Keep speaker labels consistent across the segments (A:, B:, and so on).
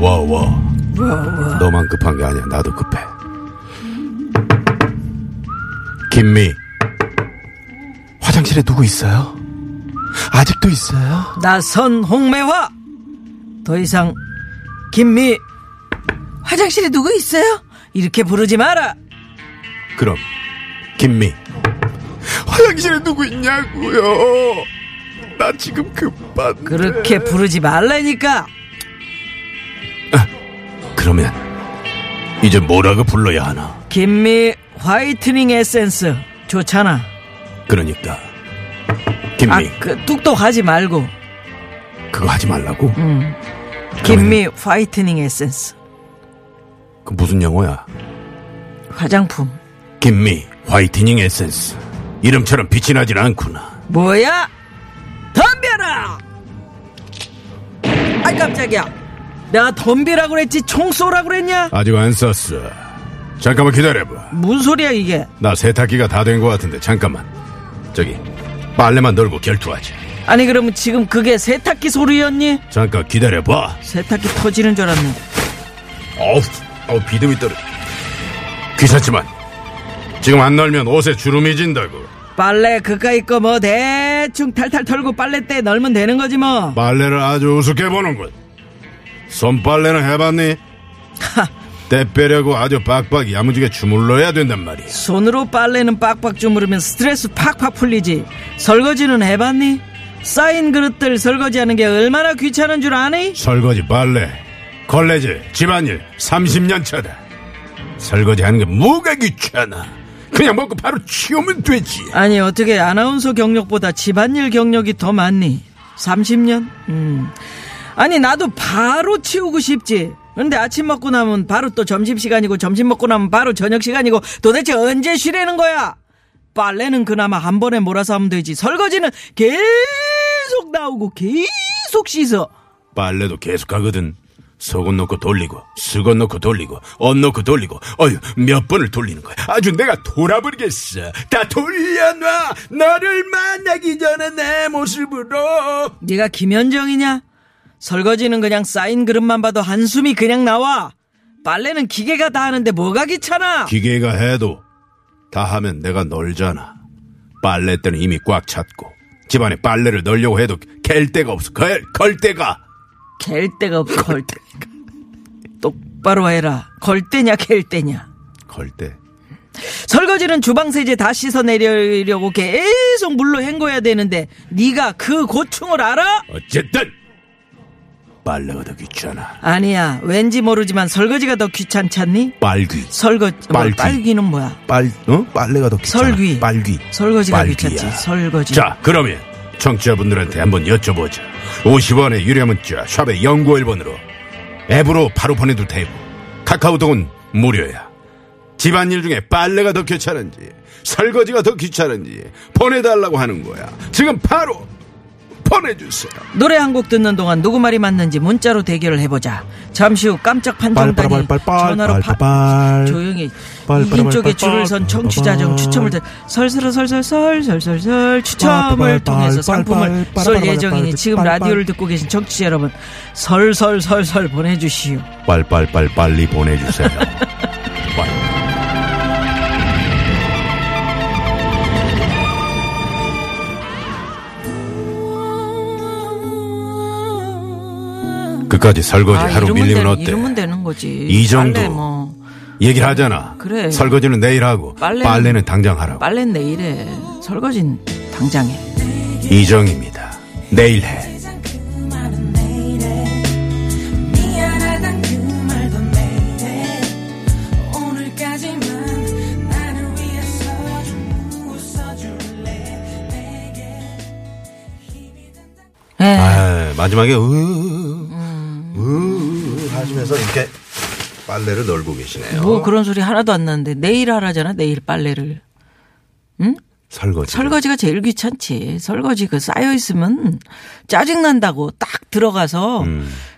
A: 와, 와. 너만 급한 게 아니야. 나도 급해. 김미. 화장실에 누구 있어요? 아직도 있어요?
B: 나선 홍매화 더 이상 김미 화장실에 누구 있어요? 이렇게 부르지 마라
A: 그럼, 김미. 화장실에 누구 있냐고요? 나 지금 급한데.
B: 그렇게 부르지 말라니까
A: 그러면, 이제 뭐라고 불러야 하나?
B: 김미 화이트닝 에센스 좋잖아
A: 그러니까. 김미,
B: 아 그 뚝뚝하지 말고
A: 그거 하지 말라고?
B: 김미 화이트닝 에센스
A: 그 무슨 영어야?
B: 화장품
A: 김미, 화이트닝 에센스. 이름처럼 빛이 나진 않구나.
B: 뭐야 덤벼라 아이 깜짝이야 내가 덤비라고 그랬지 총 쏘라고 그랬냐
A: 아직 안 썼어. 잠깐만 기다려봐.
B: 뭔 소리야 이게
A: 나 세탁기가 다 된 것 같은데 잠깐만. 저기 빨래만 널고 결투하자.
B: 아니 그러면 지금 그게 세탁기 소리였니?
A: 잠깐 기다려봐.
B: 세탁기 터지는 줄 알았네.
A: 어우, 어우 비듬이 떨어. 귀찮지만 지금 안 널면 옷에 주름이 진다고.
B: 빨래 그까이 거 뭐 대충 탈탈 털고 빨래대 널면 되는 거지 뭐.
A: 빨래를 아주 우습게 보는군. 손빨래는 해봤니? 때 빼려고 아주 빡빡 야무지게 주물러야 된단 말이야.
B: 손으로 빨래는 빡빡 주무르면 스트레스 팍팍 풀리지. 설거지는 해봤니? 쌓인 그릇들 설거지하는 게 얼마나 귀찮은 줄 아니?
A: 설거지, 빨래, 걸레질, 집안일 30년 차다. 설거지 하는 게 뭐가 귀찮아. 그냥 먹고 바로 치우면 되지.
B: 아니 어떻게 아나운서 경력보다 집안일 경력이 더 많니? 30년? 음. 아니 나도 바로 치우고 싶지. 근데 아침 먹고 나면 바로 또 점심 시간이고 점심 먹고 나면 바로 저녁 시간이고 도대체 언제 쉬라는 거야? 빨래는 그나마 한 번에 몰아서 하면 되지. 설거지는 계속 나오고 계속 씻어.
A: 빨래도 계속 하거든. 속은 넣고 돌리고, 수건 넣고 돌리고, 옷 넣고 돌리고, 어휴, 몇 번을 돌리는 거야. 아주 내가 돌아버리겠어. 다 돌려놔! 너를 만나기 전에 내 모습으로!
B: 네가 김현정이냐? 설거지는 그냥 쌓인 그릇만 봐도 한숨이 그냥 나와. 빨래는 기계가 다 하는데 뭐가 귀찮아?
A: 기계가 해도 다 하면 내가 널잖아. 빨래 때는 이미 꽉 찼고 집안에 빨래를 널려고 해도 갤 데가 없어. 걸, 걸 데가.
B: 갤 데가 없고 걸 때. 똑바로 해라. 걸 때냐 갤 때냐.
A: 걸 데.
B: 설거지는 주방 세제 다 씻어 내려려고 계속 물로 헹궈야 되는데 네가 그 고충을 알아?
A: 어쨌든 빨래가 더 귀찮아.
B: 아니야. 왠지 모르지만 설거지가 더 귀찮잖니?
A: 빨귀.
B: 설거지 뭐,
A: 빨귀.
B: 빨기는 뭐야?
A: 빨, 어? 빨래가 더 귀찮아.
B: 설귀.
A: 빨귀.
B: 설거지가
A: 빨귀야.
B: 귀찮지. 설거지.
A: 자, 그러면 청취자분들한테 한번 여쭤보자. 50원의 유료 문자 샵의 0951번으로 앱으로 바로 보내도 되고 카카오톡은 무료야. 집안일 중에 빨래가 더 귀찮은지 설거지가 더 귀찮은지 보내달라고 하는 거야. 지금 바로 보내주세요.
B: 노래 한 곡 듣는 동안 누구 말이 맞는지 문자로 대결을 해보자. 잠시 후 깜짝 판정단이 전화로 파... 조용히 이긴 쪽에 줄을 선 청취자 중 추첨을 들 설설설설설 설설설 추첨을 통해서 상품을 쏠 예정이니 지금 라디오를 듣고 계신 청취자 여러분 설설설설 보내주시오.
A: 빨빨빨 빨리 보내주세요. 빨리. 끝까지 설거지
B: 아,
A: 하루
B: 이러면
A: 밀리면
B: 되는-
A: 어때?
B: 이러면 되는 거지.
A: 이 정도.
B: 빨래 뭐
A: 얘기를 하잖아.
B: 그래.
A: 설거지는 내일 하고
B: 빨래는-
A: 빨래는, 당장 하라고.
B: 빨래 내일에 설거진 당장에.
A: 이정입니다. 내일 해.
C: 세상 그 말은 내일에 미안하단 그 말도 내일에
B: 예.
A: 아, 마지막에
B: 음.
A: 으으 하시면서 이렇게 빨래를 널고 계시네요.
B: 뭐 그런 소리 하나도 안 나는데 내일 하라잖아 내일 빨래를
A: 설거지.
B: 설거지가 제일 귀찮지 설거지 그 쌓여 있으면 짜증 난다고 딱 들어가서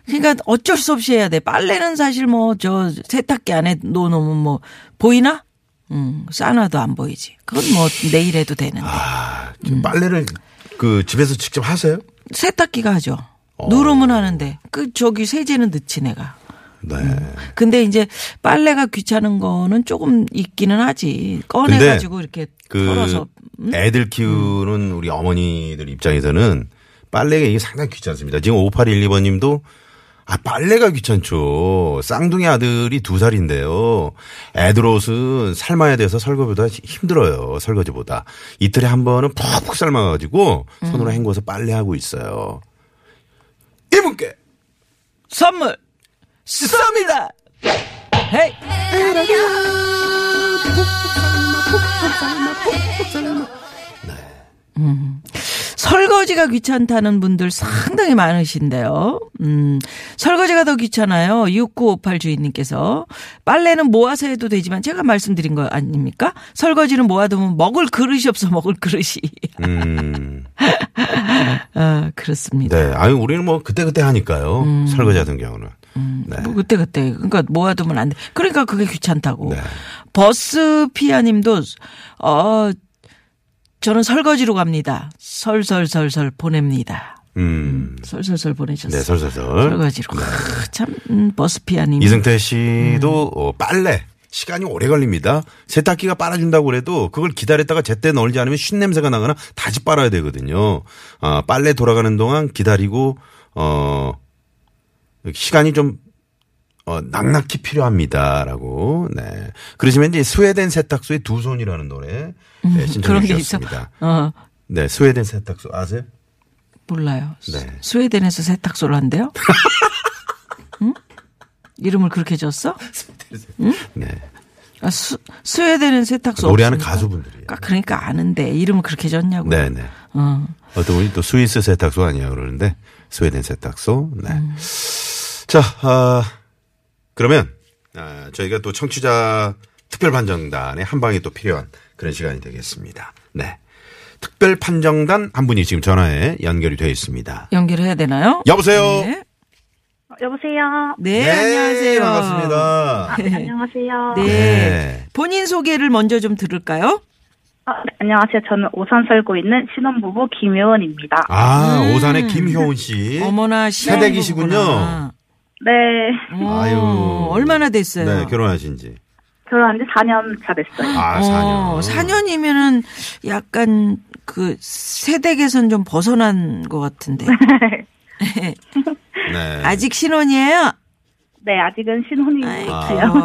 B: 그러니까 어쩔 수 없이 해야 돼 빨래는 사실 뭐 저 세탁기 안에 넣어놓으면 뭐 보이나 음 싸놔도 안 보이지 그건 뭐 내일 해도 되는데
A: 빨래를 네. 그 집에서 직접 하세요?
B: 세탁기가 하죠 누르면 하는데 그 저기 세제는 넣지 내가
A: 네.
B: 근데 이제 빨래가 귀찮은 거는 조금 있기는 하지. 꺼내 가지고 이렇게
A: 그
B: 털어서 음?
A: 애들 키우는 우리 어머니들 입장에서는 빨래가 이게 상당히 귀찮습니다. 지금 5812번 님도 아, 빨래가 귀찮죠. 쌍둥이 아들이 두 살인데요. 애들 옷은 삶아야 돼서 설거지보다 힘들어요. 설거지보다. 이틀에 한 번은 푹푹 삶아가지고 손으로 헹궈서 빨래하고 있어요. 이분께
B: 선물 쏩니다. 헤이. 음. 설거지가 귀찮다는 분들 상당히 많으신데요. 음, 설거지가 더 귀찮아요. 6958 주인님께서. 빨래는 모아서 해도 되지만 제가 말씀드린 거 아닙니까? 설거지는 모아두면 먹을 그릇이 없어, 먹을 그릇이.
A: 음.
B: 아, 그렇습니다.
A: 네. 아유, 우리는 뭐 그때그때 하니까요. 설거지 같은 경우는. 네.
B: 뭐 그때 그때 그러니까 모아두면 안 돼. 그러니까 그게 귀찮다고.
A: 네.
B: 버스 피아님도 어 저는 설거지로 갑니다. 설설설설 보냅니다.
A: 음.
B: 설설설 보내셨어요.
A: 네, 설설설.
B: 설거지로 크, 참 음, 버스 피아님.
A: 네. 이승태 씨도 어, 빨래 시간이 오래 걸립니다. 세탁기가 빨아준다고 그래도 그걸 기다렸다가 제때 널지 않으면 쉰 냄새가 나거나 다시 빨아야 되거든요. 아, 빨래 돌아가는 동안 기다리고 어 시간이 좀 어, 낙낙히 필요합니다라고. 네. 그러시면 이제 스웨덴 세탁소의 두 손이라는 노래 네,
B: 음, 그런
A: 신청해
B: 게 있어.
A: 주셨습니다.
B: 어
A: 네, 스웨덴 세탁소 아세요?
B: 몰라요.
A: 네.
B: 스- 스웨덴에서 세탁소를 한대요. 응? 이름을 그렇게 줬어?
A: 네.
B: 아, 스, 스웨덴은 세탁소
A: 노래하는
B: 없습니다.
A: 가수분들이에요.
B: 아, 그러니까 아는데 이름을 그렇게 줬냐고.
A: 네, 네.
B: 뭐. 어.
A: 어떤 분이 또 스위스 세탁소 아니야 그러는데 스웨덴 세탁소. 네. 자, 아, 그러면 아, 저희가 또 청취자 특별 판정단의 한 방이 또 필요한 그런 시간이 되겠습니다. 네. 특별 판정단 한 분이 지금 전화에 연결이 되어 있습니다.
B: 연결해야 되나요?
A: 여보세요.
B: 네.
D: 여보세요.
B: 네, 안녕하세요.
A: 반갑습니다.
D: 안녕하세요.
B: 네.
A: 네.
B: 본인 소개를 먼저 좀 들을까요?
D: 아, 네, 안녕하세요. 저는 오산 살고 있는 신혼부부 김효은입니다.
A: 아, 오산의 김효은 씨.
B: 음. 어머나, 시댁
A: 새댁이시군요.
D: 네.
A: 아유.
B: 얼마나 됐어요?
A: 네, 결혼하신 지.
D: 결혼한 지 4년 차 됐어요.
A: 아,
B: 어,
A: 4년.
B: 4년이면은 약간 그 세댁에선 좀 벗어난 것 같은데.
A: 네.
B: 아직 신혼이에요? 어.
D: 네, 아직은 신혼이고요.
B: 아이고.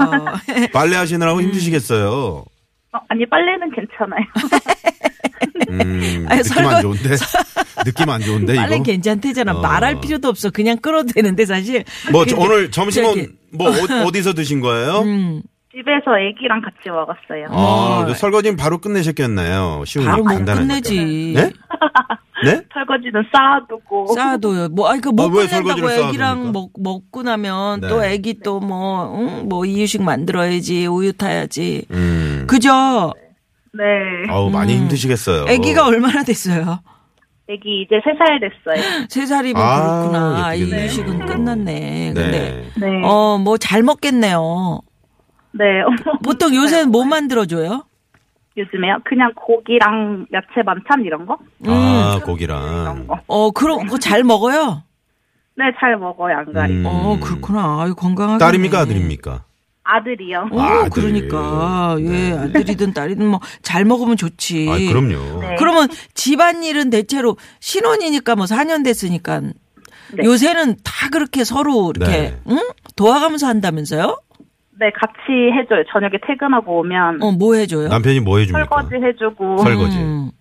A: 빨래 하시느라고 힘드시겠어요.
D: 어, 아니, 빨래는 괜찮아요.
A: 음,
B: 아니,
A: 느낌
B: 설거-
A: 안 좋은데 느낌 안 좋은데 이거
B: 빨래 괜찮대잖아.
A: 어.
B: 말할 필요도 없어. 그냥 끌어도 되는데 사실.
A: 뭐
B: 근데
A: 오늘
B: 저기- 음.
A: 점심은 뭐 어, 디서 드신 거예요?
D: 집에서 아기랑 같이 먹었어요.
A: 아, 그 설거지는 바로 끝내셨겠네요. 쉬운
B: 뭐. 바로 못
A: 간단하니까.
B: 끝내지.
A: 네? 네?
D: 설거지는 쌓아두고.
B: 쌓아둬요. 뭐, 아니, 그, 못
A: 아, 왜
B: 끝낸다고
A: 설거지를
B: 애기랑
A: 쌓아둡니까?
B: 먹, 먹고 나면
A: 네.
B: 또 애기 또 뭐, 응? 뭐, 이유식 만들어야지, 우유 타야지.
A: 음.
B: 그죠?
D: 네.
A: 아우 많이 힘드시겠어요.
B: 음. 애기가 얼마나 됐어요?
D: 아기 이제 3살 됐어요.
B: 세 살이면
A: 아,
B: 그렇구나.
A: 예쁘겠네요.
B: 이유식은
A: 네.
B: 끝났네. 근데,
D: 네.
B: 어, 뭐, 잘 먹겠네요.
D: 네.
B: 보통 요새 뭐 만들어줘요?
D: 요즘에요? 그냥 고기랑 야채 반찬 이런 거?
B: 음.
A: 아,
D: 이런
A: 고기랑
D: 거.
B: 어, 그럼, 그거 잘 먹어요?
D: 네, 잘 먹어요, 안 가리고.
A: 음.
B: 어, 그렇구나. 아유,
D: 어.
B: 건강하게.
A: 딸입니까 아들입니까?
D: 아들이요.
B: 어,
A: 아들.
B: 그러니까. 예,
A: 네.
B: 아들이든 딸이든 뭐, 잘 먹으면 좋지.
A: 아, 그럼요.
D: 네.
B: 그러면 집안일은 대체로 신혼이니까 뭐 4년 됐으니까
D: 네.
B: 요새는 다 그렇게 서로 이렇게
A: 네.
B: 응? 도와가면서 한다면서요?
D: 네, 같이 해줘요. 저녁에 퇴근하고 오면
B: 어, 뭐 해줘요?
A: 남편이 뭐 해줍니까?
D: 설거지 해주고. 음,
A: 설거지.
B: 음.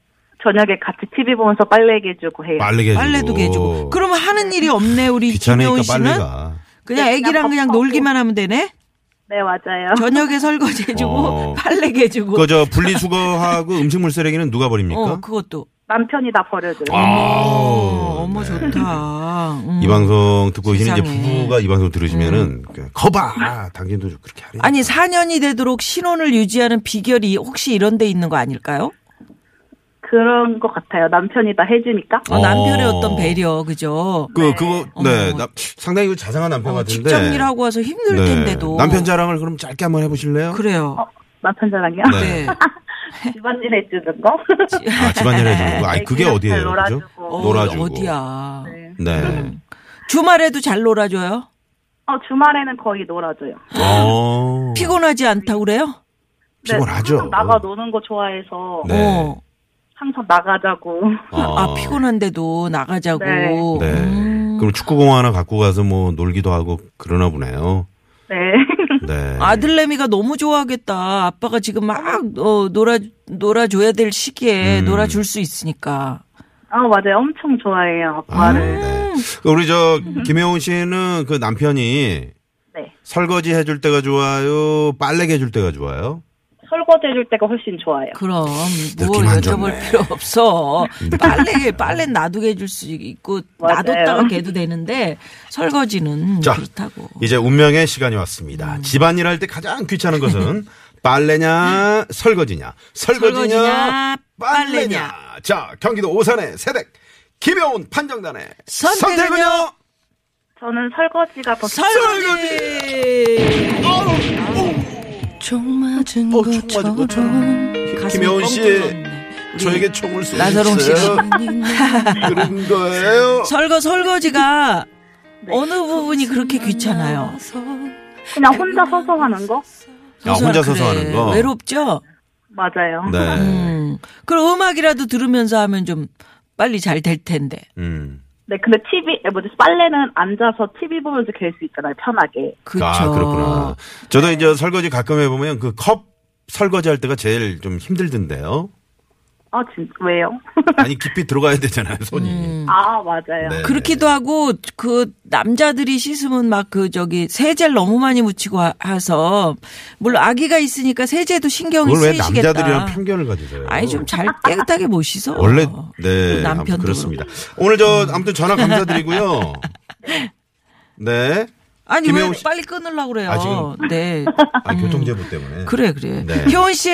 D: 저녁에 같이 TV 보면서 빨래 개주고 해요.
A: 빨래 개주고.
B: 빨래도 개주고. 그러면 하는 일이 없네, 우리 김혜원
A: 귀찮으니까
B: 씨는.
A: 빨래가.
B: 네, 그냥 애기랑 그냥
D: 밥하고.
B: 놀기만 하면 되네?
D: 네, 맞아요.
B: 저녁에 설거지 해주고,
A: 어.
B: 빨래 개주고.
A: 그저 분리수거하고 음식물 쓰레기는 누가 버립니까?
B: 어, 그것도.
D: 남편이 다 버려줘요.
A: 아.
B: 어, 어머 좋다. 음.
A: 네. 이 방송 듣고 계시는 이제
B: 세상에. 음.
A: 부부가 이 방송 들으시면은 그냥 거봐 당신도 좀 그렇게 하래.
B: 아니 4년이 되도록 신혼을 유지하는 비결이 혹시 이런 데 있는 거 아닐까요?
D: 그런 것 같아요. 남편이 다 해주니까.
B: 어,
A: 어.
B: 남편의 어떤 배려 그죠?
A: 그 그거 네
B: 어머.
A: 나- 상당히 자상한 남편
B: 어,
A: 같은데.
B: 직장일하고 와서 힘들
A: 네.
B: 텐데도
A: 남편 자랑을 그럼 짧게 한번 해보실래요?
B: 그래요.
A: 어.
D: 남편 자랑이요?
A: 네.
B: 네.
D: 집안일 해주는 거?
A: 아, 집안일 해주는 거. 아니, 그게
D: 애기랑
A: 어디예요?
D: 네, 잘
A: 그죠?
D: 놀아주고.
A: 놀아주고.
B: 어디야?
A: 네.
B: 음. 주말에도 잘 놀아줘요?
D: 어, 주말에는 거의 놀아줘요.
A: 어.
B: 피곤하지 않다고 그래요?
D: 네,
A: 피곤하죠. 어.
D: 항상 나가 노는 거 좋아해서
A: 네.
B: 어.
D: 항상 나가자고.
A: 어.
B: 아 피곤한데도 나가자고.
D: 네.
A: 네.
B: 음.
A: 그럼 축구공 하나 갖고 가서 뭐 놀기도 하고 그러나 보네요.
D: 네.
A: 네.
B: 아들내미가 너무 좋아하겠다. 아빠가 지금 막 어, 놀아 놀아줘야 될 시기에
A: 음.
B: 놀아줄 수 있으니까.
D: 아, 맞아요. 엄청 좋아해요.
A: 아,
D: 아빠를.
B: 음.
A: 네. 우리 저 김혜원 씨는 그 남편이
D: 네.
A: 설거지 해줄 때가 좋아요, 빨래기 해줄 때가 좋아요.
D: 설거지 해줄 때가 훨씬 좋아요.
B: 그럼 뭘
A: 느낌 안
B: 여쭤볼
A: 좋네. 음.
B: 필요 없어. 빨래 빨래 놔두게 해줄 수 있고
D: 맞아요.
B: 놔뒀다가 개도 되는데 설거지는
A: 자.
B: 그렇다고.
A: 이제 운명의 시간이 왔습니다.
B: 음.
A: 집안일 할 때 가장 귀찮은 것은 빨래냐 설거지냐, 설거지냐,
B: 설거지냐,
A: 빨래냐. 자, 경기도 오산의 세댁 김혜원 판정단의
B: 선택은요?
A: 선택은요?
D: 저는 설거지가 더
B: 설거지. 뭐
A: 어, 총 맞은 것처럼.
B: 가슴이
A: 김혜원 씨,
B: 뻥뚫렸네. 우리
A: 저에게 총을 쏘주세
B: 나서롱 씨.
A: 요 그런 거예요.
B: 설거 설거지가 어느 부분이 그렇게 귀찮아요?
D: 그냥 혼자 서서 하는 거?
A: 아, 혼자 서서
B: 그래.
A: 하는 거.
B: 외롭죠?
D: 맞아요.
A: 네.
B: 음. 그럼 음악이라도 들으면서 하면 좀 빨리 잘 될 텐데.
A: 음.
D: 네, 근데 TV, 에, 뭐지, 빨래는 앉아서 TV 보면서 갤 수 있잖아요, 편하게.
B: 그쵸.
A: 아, 그렇구나. 저도 이제 설거지 가끔 해보면 그 컵 설거지 할 때가 제일 좀 힘들던데요.
D: 아, 진, 왜요?
A: 아니, 깊이 들어가야 되잖아요, 손이.
D: 아, 맞아요.
A: 음. 네.
B: 음. 그렇기도 하고 그 남자들이 씻으면 막 그 저기 세제를 너무 많이 묻히고 하- 해서 물론 아기가 있으니까 세제도 신경이
A: 그걸 왜
B: 쓰이시겠다.
A: 남자들이랑 편견을 가지세요?
B: 아니 좀 잘 깨끗하게 못 씻어.
A: 원래, 네.
B: 그 남편도 음.
A: 아무튼 그렇습니다. 오늘 저, 아무튼 전화 감사드리고요. 네.
B: 아니 왜
A: 김혜원 씨-
B: 빨리 끊으려고 그래요.
A: 아, 지금-
B: 네.
A: 아, 교통제보 때문에.
B: 그래 그래.
A: 네.
B: 효원 씨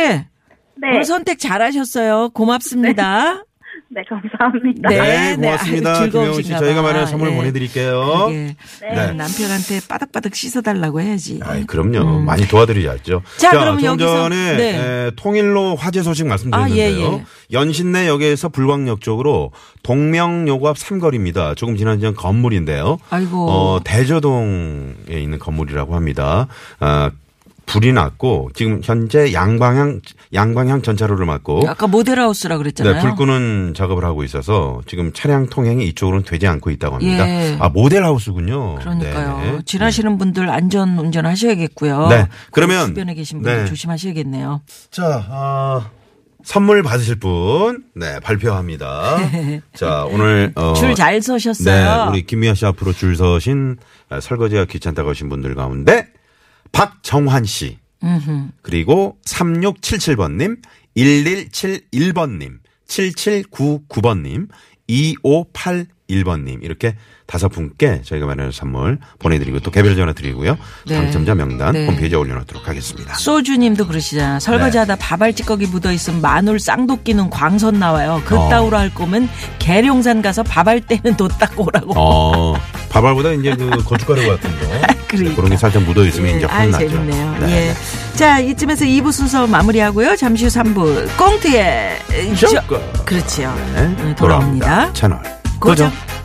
D: 네,
B: 오늘 선택 잘하셨어요. 고맙습니다.
D: 네, 감사합니다.
A: 네,
B: 네.
A: 고맙습니다.
B: 아유,
A: 김혜원 씨,
B: 즐거우신가
A: 저희가
B: 봐.
A: 마련한 선물
B: 예.
A: 보내드릴게요.
B: 그러게. 음,
A: 네.
B: 남편한테 빠닥빠닥 씻어달라고 해야지.
A: 아이, 그럼요. 많이 도와드려야죠.
B: 음. 자, 그럼
A: 좀
B: 여기서-
A: 전에
B: 네.
A: 에, 통일로 화재 소식 말씀드렸는데요.
B: 아, 예, 예.
A: 연신내역에서 불광역 쪽으로 동명요구 앞 삼거리입니다. 조금 지난 전 건물인데요.
B: 아이고.
A: 어, 대저동에 있는 건물이라고 합니다. 아, 불이 났고 지금 현재 양방향 양방향 전차로를 막고
B: 아까 모델하우스라 그랬잖아요.
A: 네, 불 끄는 작업을 하고 있어서 지금 차량 통행이 이쪽으로는 되지 않고 있다고 합니다.
B: 예.
A: 아, 모델 하우스군요.
B: 그러니까요.
A: 네.
B: 지나시는 분들 안전 운전하셔야겠고요.
A: 네,
B: 그
A: 그러면-
B: 주변에 계신 분들
A: 네.
B: 조심하셔야겠네요.
A: 자, 아, 선물 받으실 분, 네, 발표합니다. 자, 오늘, 어,
B: 줄 잘 서셨어요.
A: 네, 우리 김미아 씨 앞으로 줄 서신 아, 설거지가 귀찮다고 하신 분들 가운데 박정환 씨. 그리고 3677번님, 1171번님, 7799번님, 2581번님. 이렇게 다섯 분께 저희가 마련한 선물 보내드리고 또 개별 전화 드리고요.
B: 네.
A: 당첨자 명단
B: 네.
A: 홈페이지에 올려놓도록 하겠습니다.
B: 소주님도
A: 네.
B: 그러시잖아. 설거지하다 밥알 찌꺼기 묻어있으면 마늘 쌍독 끼는 광선 나와요.
A: 어.
B: 그따위로 할 거면 계룡산 가서 밥알 떼는 뒀다고 오라고.
A: 어, 밥알보다 이제 그 고춧가루 같은 거.
B: 그러니까.
A: 런게 살짝 묻어 있으면 이제
B: 아,
A: 혼나죠.
B: 재밌네요.
A: 네.
B: 예. 자, 이쯤에서 2부 순서 마무리하고요. 잠시 후 3부 꽁트의 저-
A: 조건.
B: 그렇지요.
A: 네.
B: 네, 돌아옵니다.
A: 채널.
B: 고정.
A: 고정.